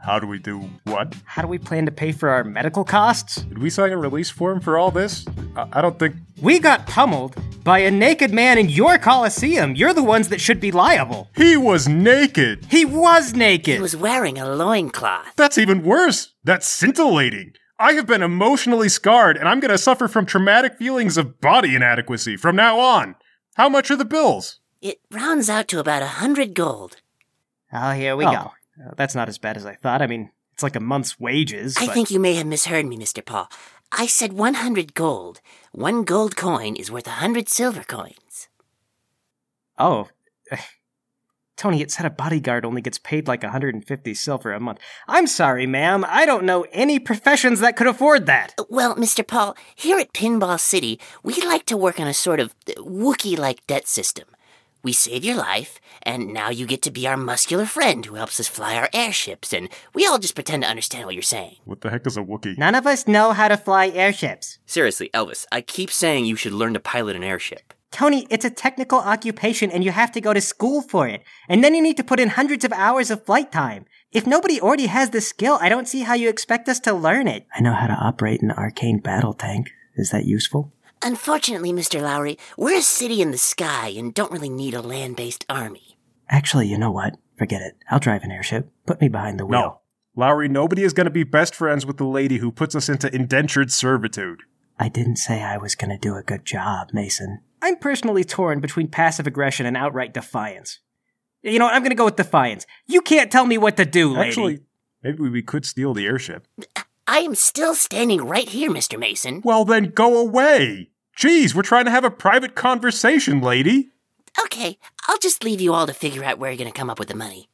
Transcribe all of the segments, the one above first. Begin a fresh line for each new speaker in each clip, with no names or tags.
How do we do what?
How do we plan to pay for our medical costs?
Did we sign a release form for all this? I, I don't think.
We got pummeled by a naked man in your coliseum. You're the ones that should be liable.
He was naked!
He was naked.
He was wearing a loincloth.
That's even worse! That's scintillating! I have been emotionally scarred, and I'm going to suffer from traumatic feelings of body inadequacy from now on. How much are the bills?
It rounds out to about a hundred gold.
Oh, here we go. Uh, That's not as bad as I thought. I mean, it's like a month's wages.
I
but-
think you may have misheard me, Mr. Paul. I said 100 gold. One gold coin is worth a 100 silver coins.
Oh. Tony, it said a bodyguard only gets paid like 150 silver a month. I'm sorry, ma'am. I don't know any professions that could afford that.
Uh, Well, Mr. Paul, here at Pinball City, we like to work on a sort of Wookiee like debt system. We save your life, and now you get to be our muscular friend who helps us fly our airships, and we all just pretend to understand what you're saying.
What the heck is a Wookiee?
None of us know how to fly airships.
Seriously, Elvis, I keep saying you should learn to pilot an airship.
Tony, it's a technical occupation and you have to go to school for it. And then you need to put in hundreds of hours of flight time. If nobody already has the skill, I don't see how you expect us to learn it. I know how to operate an arcane battle tank. Is that useful?
Unfortunately, Mr. Lowry, we're a city in the sky and don't really need a land based army.
Actually, you know what? Forget it. I'll drive an airship. Put me behind the wheel.
No. Lowry, nobody is going to be best friends with the lady who puts us into indentured servitude.
I didn't say I was going to do a good job, Mason. I'm personally torn between passive aggression and outright defiance. You know what? I'm going to go with defiance. You can't tell me what to do, lady.
Actually, maybe we could steal the airship.
I am still standing right here, Mr. Mason.
Well, then go away! Jeez, we're trying to have a private conversation, lady!
Okay, I'll just leave you all to figure out where you're going to come up with the money.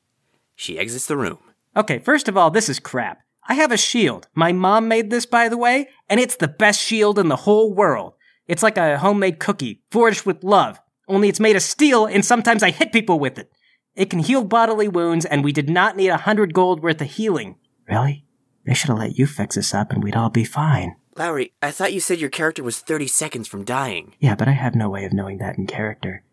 She exits the room.
Okay, first of all, this is crap. I have a shield. My mom made this, by the way, and it's the best shield in the whole world. It's like a homemade cookie, forged with love, only it's made of steel, and sometimes I hit people with it. It can heal bodily wounds, and we did not need a hundred gold worth of healing. Really? They should have let you fix this up, and we'd all be fine.
Lowry, I thought you said your character was 30 seconds from dying.
Yeah, but I have no way of knowing that in character.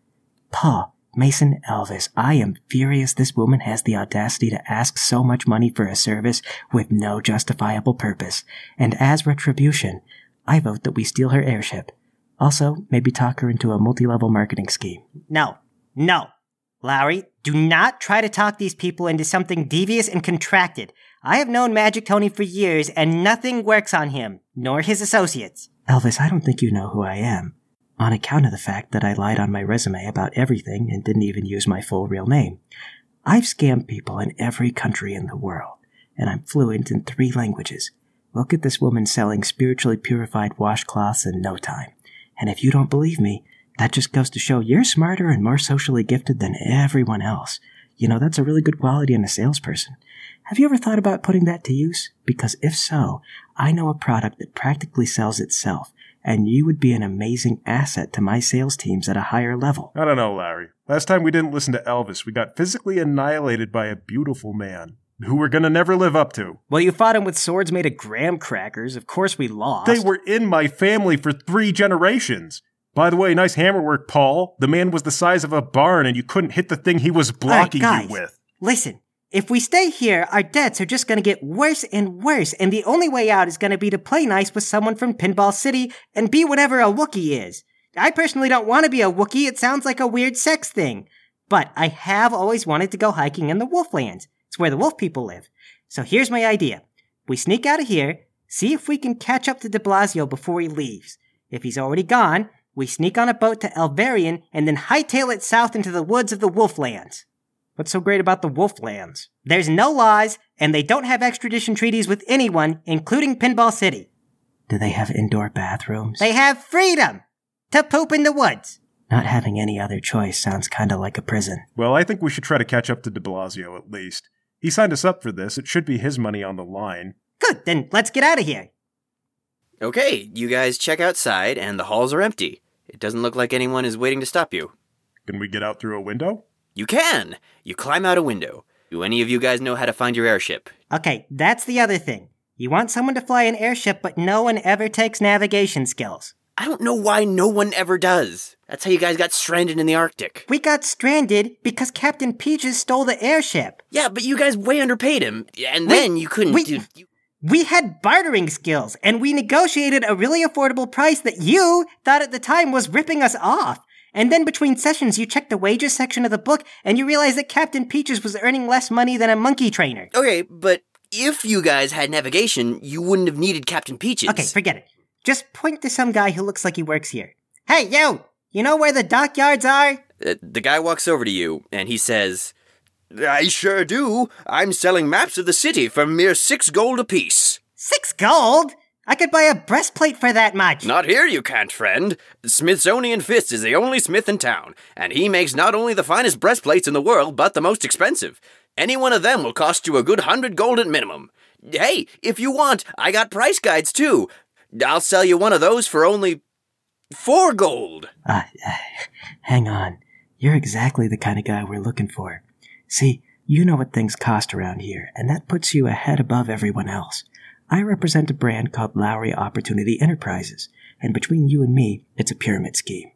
Paul, Mason, Elvis, I am furious this woman has the audacity to ask so much money for a service with no justifiable purpose. And as retribution, I vote that we steal her airship. Also, maybe talk her into a multi level marketing scheme. No, no. Lowry, do not try to talk these people into something devious and contracted. I have known Magic Tony for years, and nothing works on him, nor his associates. Elvis, I don't think you know who I am on account of the fact that I lied on my resume about everything and didn't even use my full real name. I've scammed people in every country in the world, and I'm fluent in three languages. Look at this woman selling spiritually purified washcloths in no time. And if you don't believe me, that just goes to show you're smarter and more socially gifted than everyone else. You know, that's a really good quality in a salesperson. Have you ever thought about putting that to use? Because if so, I know a product that practically sells itself, and you would be an amazing asset to my sales teams at a higher level.
I don't know, Larry. Last time we didn't listen to Elvis, we got physically annihilated by a beautiful man who we're gonna never live up to.
Well, you fought him with swords made of graham crackers. Of course, we lost.
They were in my family for three generations. By the way, nice hammerwork, Paul. The man was the size of a barn, and you couldn't hit the thing he was blocking
guys.
you with.
Listen, if we stay here, our debts are just going to get worse and worse, and the only way out is going to be to play nice with someone from Pinball City and be whatever a Wookiee is. I personally don't want to be a Wookiee, it sounds like a weird sex thing. But I have always wanted to go hiking in the Wolflands. It's where the wolf people live. So here's my idea. We sneak out of here, see if we can catch up to de Blasio before he leaves. If he's already gone, we sneak on a boat to Elvarian and then hightail it south into the woods of the Wolflands. What's so great about the Wolflands? There's no laws, and they don't have extradition treaties with anyone, including Pinball City. Do they have indoor bathrooms? They have freedom to poop in the woods. Not having any other choice sounds kind of like a prison.
Well, I think we should try to catch up to de Blasio at least. He signed us up for this. It should be his money on the line.
Good, then let's get out of here.
Okay, you guys check outside, and the halls are empty. It doesn't look like anyone is waiting to stop you.
Can we get out through a window?
You can! You climb out a window. Do any of you guys know how to find your airship?
Okay, that's the other thing. You want someone to fly an airship, but no one ever takes navigation skills.
I don't know why no one ever does. That's how you guys got stranded in the Arctic.
We got stranded because Captain Peaches stole the airship.
Yeah, but you guys way underpaid him, and then you couldn't
we-
do. You,
We had bartering skills, and we negotiated a really affordable price that you thought at the time was ripping us off. And then between sessions, you checked the wages section of the book, and you realized that Captain Peaches was earning less money than a monkey trainer.
okay, but if you guys had navigation, you wouldn't have needed Captain Peaches.
Okay, forget it. Just point to some guy who looks like he works here. Hey, yo! You know where the dockyards are?
Uh, the guy walks over to you and he says, I sure do. I'm selling maps of the city for mere six gold apiece.
Six gold? I could buy a breastplate for that much.
Not here, you can't, friend. Smithsonian Fist is the only smith in town, and he makes not only the finest breastplates in the world, but the most expensive. Any one of them will cost you a good hundred gold at minimum. Hey, if you want, I got price guides too. I'll sell you one of those for only four gold.
Uh, hang on. You're exactly the kind of guy we're looking for. See, you know what things cost around here, and that puts you a head above everyone else. I represent a brand called Lowry Opportunity Enterprises, and between you and me, it's a pyramid scheme.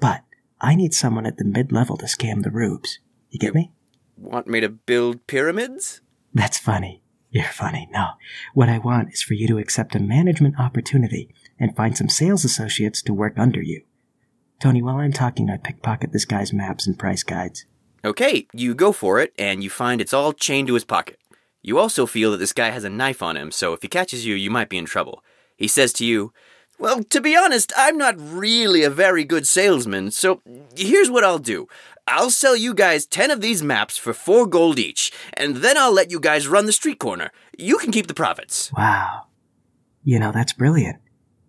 But I need someone at the mid level to scam the rubes. You get me?
Want me to build pyramids?
That's funny. You're funny. No. What I want is for you to accept a management opportunity and find some sales associates to work under you. Tony, while I'm talking, I pickpocket this guy's maps and price guides.
Okay, you go for it, and you find it's all chained to his pocket. You also feel that this guy has a knife on him, so if he catches you, you might be in trouble. He says to you, Well, to be honest, I'm not really a very good salesman, so here's what I'll do. I'll sell you guys 10 of these maps for 4 gold each, and then I'll let you guys run the street corner. You can keep the profits.
Wow. You know, that's brilliant.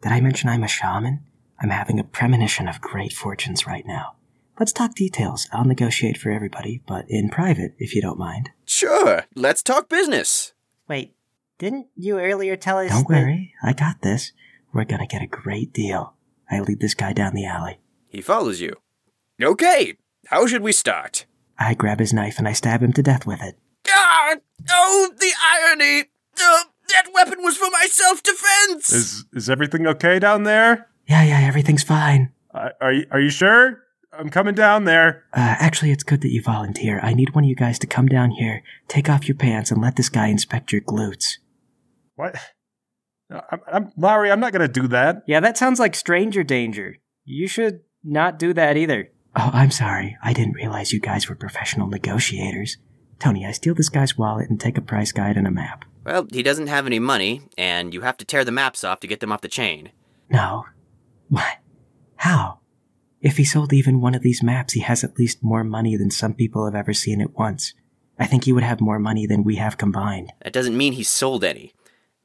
Did I mention I'm a shaman? I'm having a premonition of great fortunes right now. Let's talk details. I'll negotiate for everybody, but in private, if you don't mind.
Sure, let's talk business.
Wait, didn't you earlier tell us?
Don't
that-
worry. I got this. We're gonna get a great deal. I lead this guy down the alley.
He follows you. Okay, how should we start?
I grab his knife and I stab him to death with it.
Ah! Oh, the irony! Uh, that weapon was for my self defense!
Is is everything okay down there?
Yeah, yeah, everything's fine.
I, are you, are you sure? I'm coming down there.
Uh, actually, it's good that you volunteer. I need one of you guys to come down here, take off your pants, and let this guy inspect your glutes.
What? No, I'm, I'm Lowry. I'm not gonna do that.
Yeah, that sounds like stranger danger. You should not do that either.
Oh, I'm sorry. I didn't realize you guys were professional negotiators. Tony, I steal this guy's wallet and take a price guide and a map.
Well, he doesn't have any money, and you have to tear the maps off to get them off the chain.
No. What? How? If he sold even one of these maps, he has at least more money than some people have ever seen at once. I think he would have more money than we have combined.
That doesn't mean he sold any.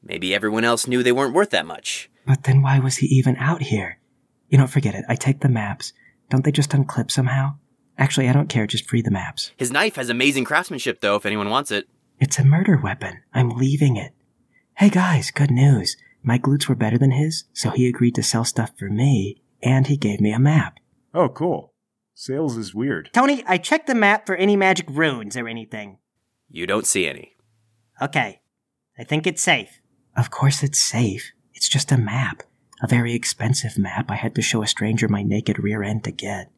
Maybe everyone else knew they weren't worth that much.
But then why was he even out here? You know, forget it. I take the maps. Don't they just unclip somehow? Actually, I don't care. Just free the maps.
His knife has amazing craftsmanship, though, if anyone wants it.
It's a murder weapon. I'm leaving it. Hey guys, good news. My glutes were better than his, so he agreed to sell stuff for me, and he gave me a map.
Oh, cool. Sales is weird.
Tony, I checked the map for any magic runes or anything.
You don't see any.
Okay, I think it's safe.
Of course it's safe. It's just a map. A very expensive map I had to show a stranger my naked rear end to get.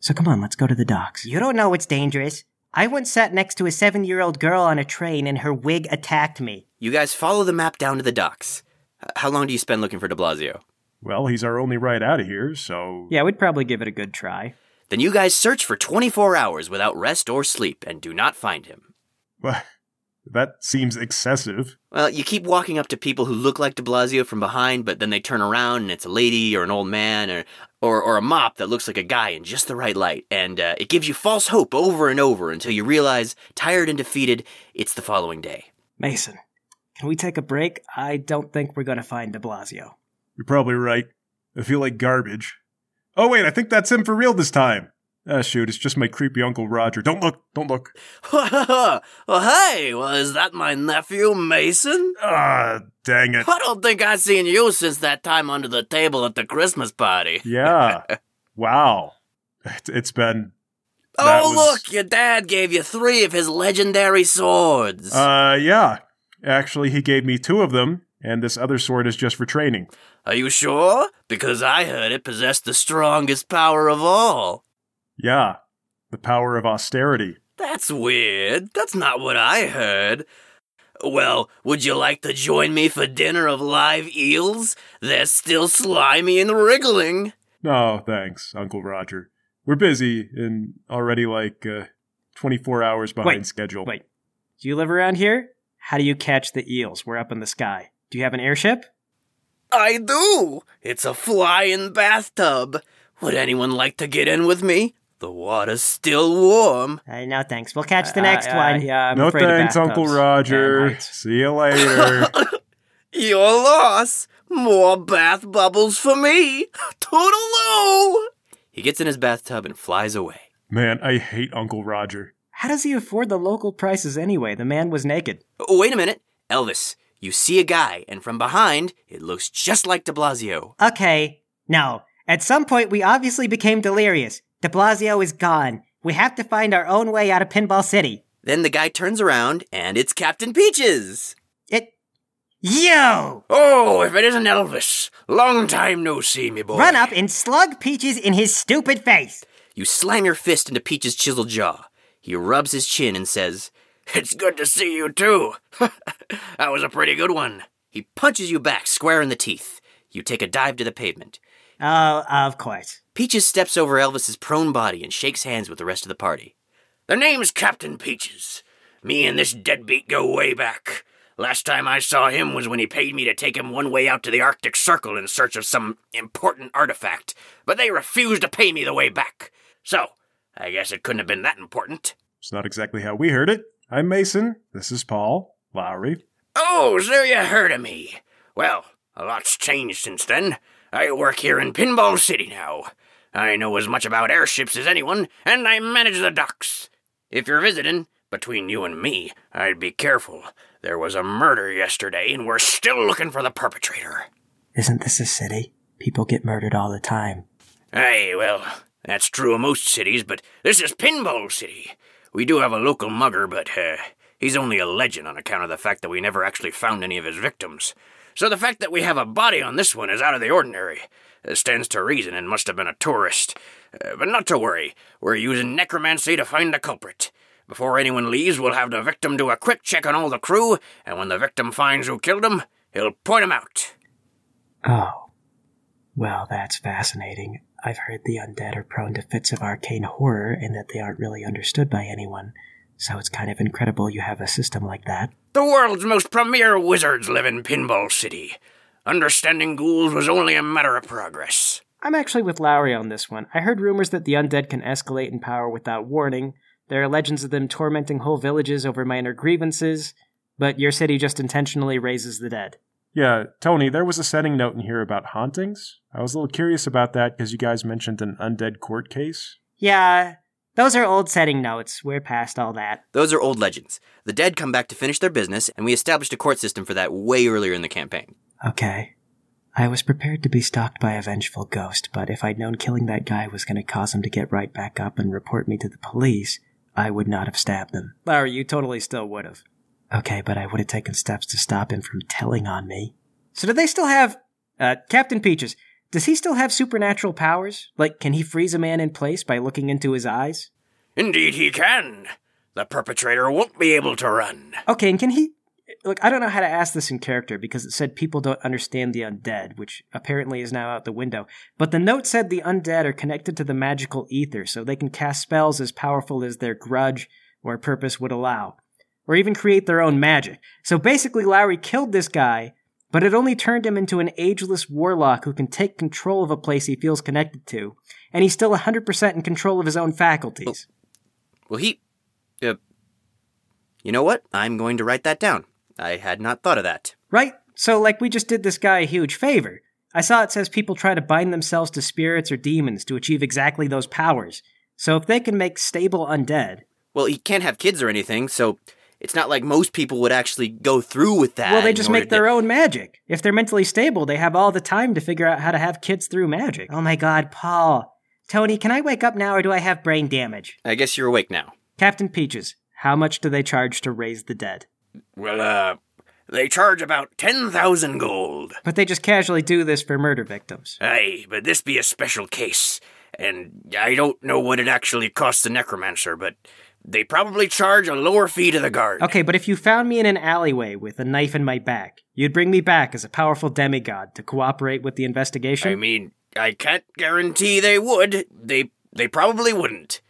So come on, let's go to the docks.
You don't know what's dangerous. I once sat next to a seven year old girl on a train and her wig attacked me.
You guys follow the map down to the docks. H- How long do you spend looking for de Blasio?
Well, he's our only ride out of here, so
Yeah, we'd probably give it a good try.
Then you guys search for 24 hours without rest or sleep and do not find him.
Well, that seems excessive.
Well, you keep walking up to people who look like de Blasio from behind, but then they turn around and it's a lady or an old man or, or, or a mop that looks like a guy in just the right light. And uh, it gives you false hope over and over until you realize, tired and defeated, it's the following day.
Mason,
Can we take a break? I don't think we're going to find de Blasio.
You're probably right. I feel like garbage. Oh wait, I think that's him for real this time. Ah, shoot, it's just my creepy uncle Roger. Don't look, don't look.
well, hey, well, is that my nephew, Mason?
Ah, dang it.
I don't think I've seen you since that time under the table at the Christmas party.
Yeah. Wow. It's- It's been. that
oh,
was-
look, your dad gave you three of his legendary swords.
Uh, yeah. Actually, he gave me two of them, and this other sword is just for training.
Are you sure? Because I heard it possessed the strongest power of all.
Yeah, the power of austerity.
That's weird. That's not what I heard. Well, would you like to join me for dinner of live eels? They're still slimy and wriggling.
No, Oh, thanks, Uncle Roger. We're busy and already like uh, 24 hours behind
Wait,
schedule.
Wait, do you live around here? How do you catch the eels? We're up in the sky. Do you have an airship?
I do. It's a flying bathtub. Would anyone like to get in with me? The water's still warm.
Uh, no, thanks. We'll catch the
Uh,
next
uh,
one.
Yeah, I'm
no
afraid of
thanks, Uncle
bathtubs.
Roger.
And heights.
See you later.
Your loss. More bath bubbles for me. Toodaloo. He gets in his bathtub and flies away.
Man, I hate Uncle Roger.
How does he afford the local prices anyway? The man was naked.
Oh, wait a minute. Elvis, you see a guy, and from behind, it looks just like de Blasio.
Okay, no. At some point, we obviously became delirious. De Blasio is gone. We have to find our own way out of Pinball City.
Then the guy turns around, and it's Captain Peaches.
It. Yo!
Oh, if it isn't Elvis. Long time no see, me boy.
Run up and slug Peaches in his stupid face.
You slam your fist into Peaches' chiseled jaw. He rubs his chin and says, It's good to see you too. that was a pretty good one. He punches you back square in the teeth. You take a dive to the pavement.
Oh, of course.
Peaches steps over Elvis's prone body and shakes hands with the rest of the party. The name's Captain Peaches. Me and this deadbeat go way back. Last time I saw him was when he paid me to take him one way out to the Arctic Circle in search of some important artifact, but they refused to pay me the way back. So, I guess it couldn't have been that important.
It's not exactly how we heard it. I'm Mason. This is Paul Lowry.
Oh, so you heard of me. Well, a lot's changed since then. I work here in Pinball City now. I know as much about airships as anyone, and I manage the docks. If you're visiting, between you and me, I'd be careful. There was a murder yesterday, and we're still looking for the perpetrator.
Isn't this a city? People get murdered all the time.
Aye, well, that's true of most cities, but this is Pinball City. We do have a local mugger, but uh, he's only a legend on account of the fact that we never actually found any of his victims. So the fact that we have a body on this one is out of the ordinary. It stands to reason and must have been a tourist. Uh, but not to worry, we're using necromancy to find the culprit. Before anyone leaves, we'll have the victim do a quick check on all the crew, and when the victim finds who killed him, he'll point him out.
Oh. Well, that's fascinating. I've heard the undead are prone to fits of arcane horror and that they aren't really understood by anyone. So it's kind of incredible you have a system like that.
The world's most premier wizards live in Pinball City. Understanding ghouls was only a matter of progress.
I'm actually with Lowry on this one. I heard rumors that the undead can escalate in power without warning. There are legends of them tormenting whole villages over minor grievances, but your city just intentionally raises the dead.
Yeah, Tony, there was a setting note in here about hauntings. I was a little curious about that because you guys mentioned an undead court case.
Yeah, those are old setting notes. We're past all that.
Those are old legends. The dead come back to finish their business, and we established a court system for that way earlier in the campaign.
Okay. I was prepared to be stalked by a vengeful ghost, but if I'd known killing that guy was going to cause him to get right back up and report me to the police, I would not have stabbed him.
Lowry, you totally still would have.
Okay, but I would have taken steps to stop him from telling on me.
So do they still have uh, Captain Peaches? Does he still have supernatural powers? Like, can he freeze a man in place by looking into his eyes?
Indeed, he can. The perpetrator won't be able to run.
Okay, and can he? Look, I don't know how to ask this in character because it said people don't understand the undead, which apparently is now out the window. But the note said the undead are connected to the magical ether, so they can cast spells as powerful as their grudge or purpose would allow, or even create their own magic. So basically, Lowry killed this guy, but it only turned him into an ageless warlock who can take control of a place he feels connected to, and he's still 100% in control of his own faculties.
Well, he. Uh, you know what? I'm going to write that down. I had not thought of that.
Right? So, like, we just did this guy a huge favor. I saw it says people try to bind themselves to spirits or demons to achieve exactly those powers. So, if they can make stable undead,
Well, he can't have kids or anything, so it's not like most people would actually go through with that.
well, they
in
just
order
make
to-
their own magic. If they're mentally stable, they have all the time to figure out how to have kids through magic. Oh my god, Paul. Tony, can I wake up now or do I have brain damage?
I guess you're awake now.
Captain Peaches, how much do they charge to raise the dead?
Well, uh, They charge about 10,000 gold.
But they just casually do this for murder victims.
Aye, but this be a special case. And I don't know what it actually costs the necromancer, but they probably charge a lower fee to the guard.
Okay, but if you found me in an alleyway with a knife in my back, you'd bring me back as a powerful demigod to cooperate with the investigation?
I mean, I can't guarantee they would. They they probably wouldn't.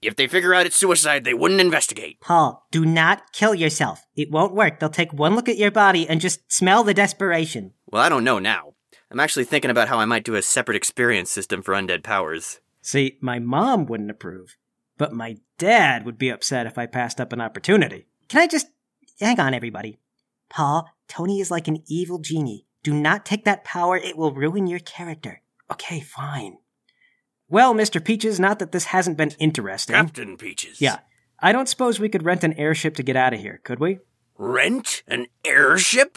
If they figure out it's suicide, they wouldn't investigate.
Paul, do not kill yourself. It won't work. They'll take one look at your body and just smell the desperation.
Well, I don't know now. I'm actually thinking about how I might do a separate experience system for undead powers.
See, my mom wouldn't approve, but my dad would be upset if I passed up an opportunity. Can I just hang on, everybody? Paul, Tony is like an evil genie. Do not take that power, it will ruin your character. Okay, fine. Well, Mr. Peaches, not that this hasn't been interesting.
Captain Peaches.
Yeah. I don't suppose we could rent an airship to get out of here, could we?
Rent an airship?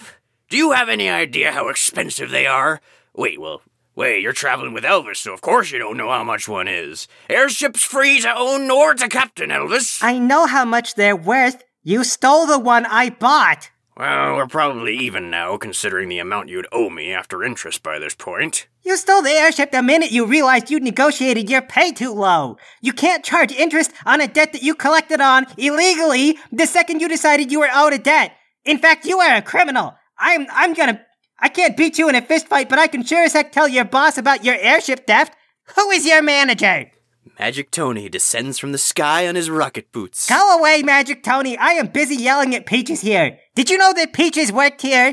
Do you have any idea how expensive they are? Wait, well, wait, you're traveling with Elvis, so of course you don't know how much one is. Airship's free to own or to captain, Elvis.
I know how much they're worth. You stole the one I bought.
Well, we're probably even now, considering the amount you'd owe me after interest by this point.
You stole the airship the minute you realized you negotiated your pay too low. You can't charge interest on a debt that you collected on illegally the second you decided you were owed a debt. In fact, you are a criminal. I'm I'm gonna I can't beat you in a fist fight, but I can sure as heck tell your boss about your airship theft. Who is your manager?
Magic Tony descends from the sky on his rocket boots.
Go away, Magic Tony. I am busy yelling at Peaches here. Did you know that Peaches worked here?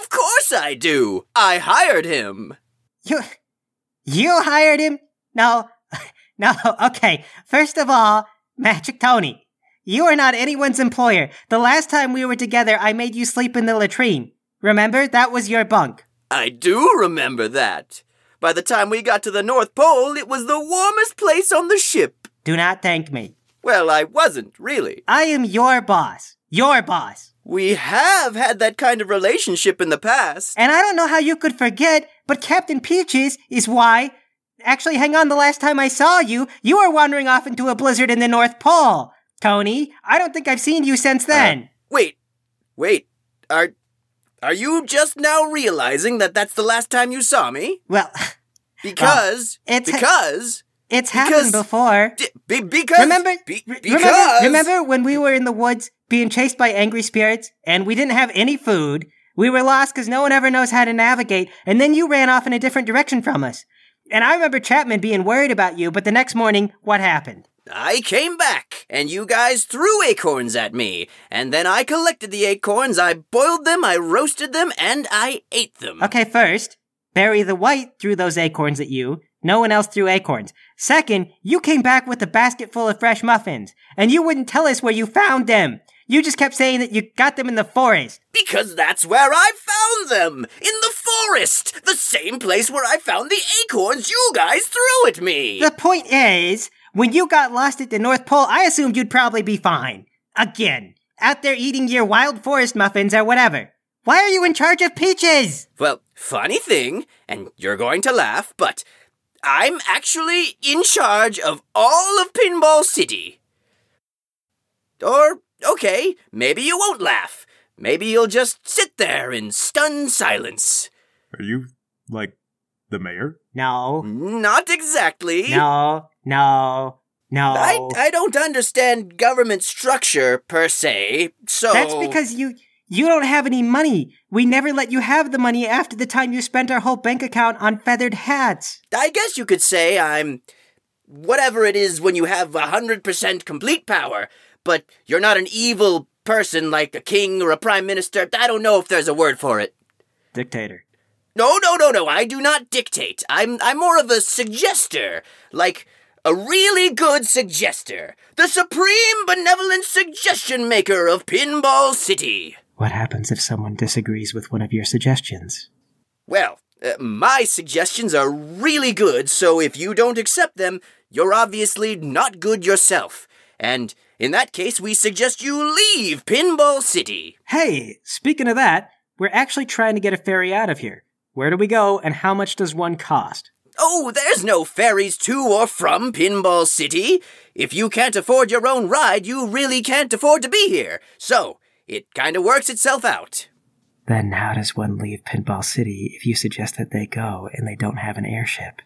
Of course I do! I hired him!
You, you hired him? No, no, okay. First of all, Magic Tony, you are not anyone's employer. The last time we were together, I made you sleep in the latrine. Remember? That was your bunk.
I do remember that. By the time we got to the North Pole, it was the warmest place on the ship.
Do not thank me.
Well, I wasn't, really.
I am your boss. Your boss.
We have had that kind of relationship in the past.
And I don't know how you could forget, but Captain Peaches is why. Actually, hang on, the last time I saw you, you were wandering off into a blizzard in the North Pole. Tony, I don't think I've seen you since then.
Wait, wait, are. Are you just now realizing that that's the last time you saw me?
well,
Because.
Ah, it's-
because.
it's
Because-
happened before.
d- be- because.
remember,
be-
re-
because.
remember, remember when we were in the woods being chased by angry spirits and we didn't have any food? We were lost because no one ever knows how to navigate, and then you ran off in a different direction from us. And I remember Chapman being worried about you, but the next morning, what happened?
I came back, and you guys threw acorns at me, and then I collected the acorns, I boiled them, I roasted them, and I ate them.
Okay, first, Barry the White threw those acorns at you. No one else threw acorns. Second, you came back with a basket full of fresh muffins, and you wouldn't tell us where you found them. You just kept saying that you got them in the forest.
Because that's where I found them! In the forest! The same place where I found the acorns you guys threw at me!
The point is, when you got lost at the North Pole, I assumed you'd probably be fine. Again, out there eating your wild forest muffins or whatever. Why are you in charge of peaches?
Well, funny thing, and you're going to laugh, but I'm actually in charge of all of Pinball City. Or, okay, maybe you won't laugh. Maybe you'll just sit there in stunned silence.
Are you like the mayor?
No,
Not exactly.
no, no, no.
I, I don't understand government structure per se, so.
That's because you you don't have any money. We never let you have the money after the time you spent our whole bank account on feathered hats.
I guess you could say I'm whatever it is when you have 100% complete power, but you're not an evil person like a king or a prime minister. I don't know if there's a word for it.
Dictator.
No, no, no, no. I do not dictate. I'm I'm more of a suggester, like a really good suggester, the supreme benevolent suggestion maker of Pinball City.
What happens if someone disagrees with one of your suggestions?
Well, uh, my suggestions are really good, so if you don't accept them, you're obviously not good yourself. And in that case, we suggest you leave Pinball City.
Hey, speaking of that, we're actually trying to get a ferry out of here. Where do we go and how much does one cost?
Oh, there's no ferries to or from Pinball City. If you can't afford your own ride, you really can't afford to be here. So, it kind of works itself out.
Then how does one leave Pinball City if you suggest that they go and they don't have an airship?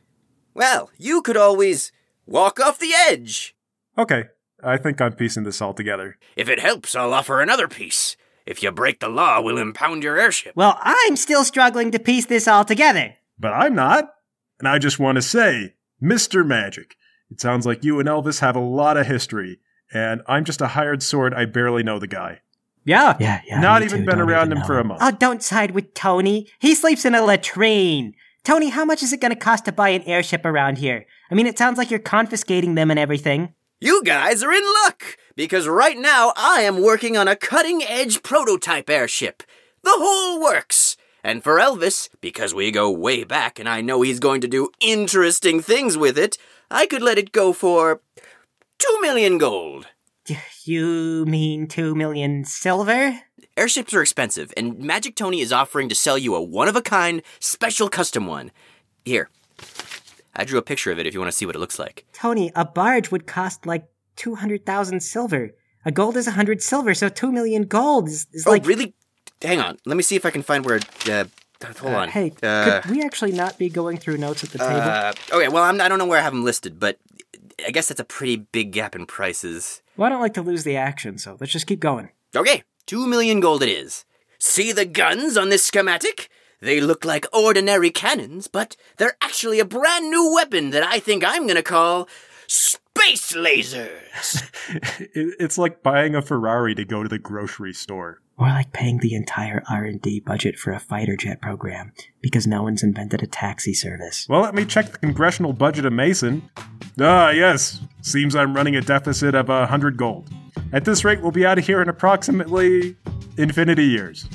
Well, you could always walk off the edge.
Okay, I think I'm piecing this all together.
If it helps, I'll offer another piece. If you break the law, we'll impound your airship.
Well, I'm still struggling to piece this all together.
But I'm not. And I just want to say, Mr. Magic, it sounds like you and Elvis have a lot of history, and I'm just a hired sword. I barely know the guy.
Yeah.
Yeah, yeah.
not
me
even
too,
been
don't
around
even
him for
know.
a month.
Oh, don't side with Tony. He sleeps in a latrine. Tony, how much is it going to cost to buy an airship around here? I mean, it sounds like you're confiscating them and everything.
You guys are in luck, because right now I am working on a cutting edge prototype airship. The whole works. And for Elvis, because we go way back and I know he's going to do interesting things with it, I could let it go for two million gold.
You mean two million silver?
Airships are expensive, and Magic Tony is offering to sell you a one of a kind, special custom one. Here. I drew a picture of it if you want to see what it looks like.
Tony, a barge would cost like 200,000 silver. A gold is 100 silver, so 2 million gold is, is like.
oh, really? Hang on. Let me see if I can find where. Uh, hold on.
Hey,
Uh,
could we actually not be going through notes at the table?
uh, okay, well, I'm, I don't know where I have them listed, but I guess that's a pretty big gap in prices.
well, I don't like to lose the action, so let's just keep going.
Okay, two million gold it is. See the guns on this schematic? They look like ordinary cannons, but they're actually a brand new weapon that I think I'm gonna call Space Lasers.
It- It's like buying a Ferrari to go to the grocery store.
More like paying the entire R&D budget for a fighter jet program because no one's invented a taxi service.
Well, let me check the congressional budget of Mason. Ah, yes. Seems I'm running a deficit of a 100 gold. At this rate, we'll be out of here in approximately infinity years.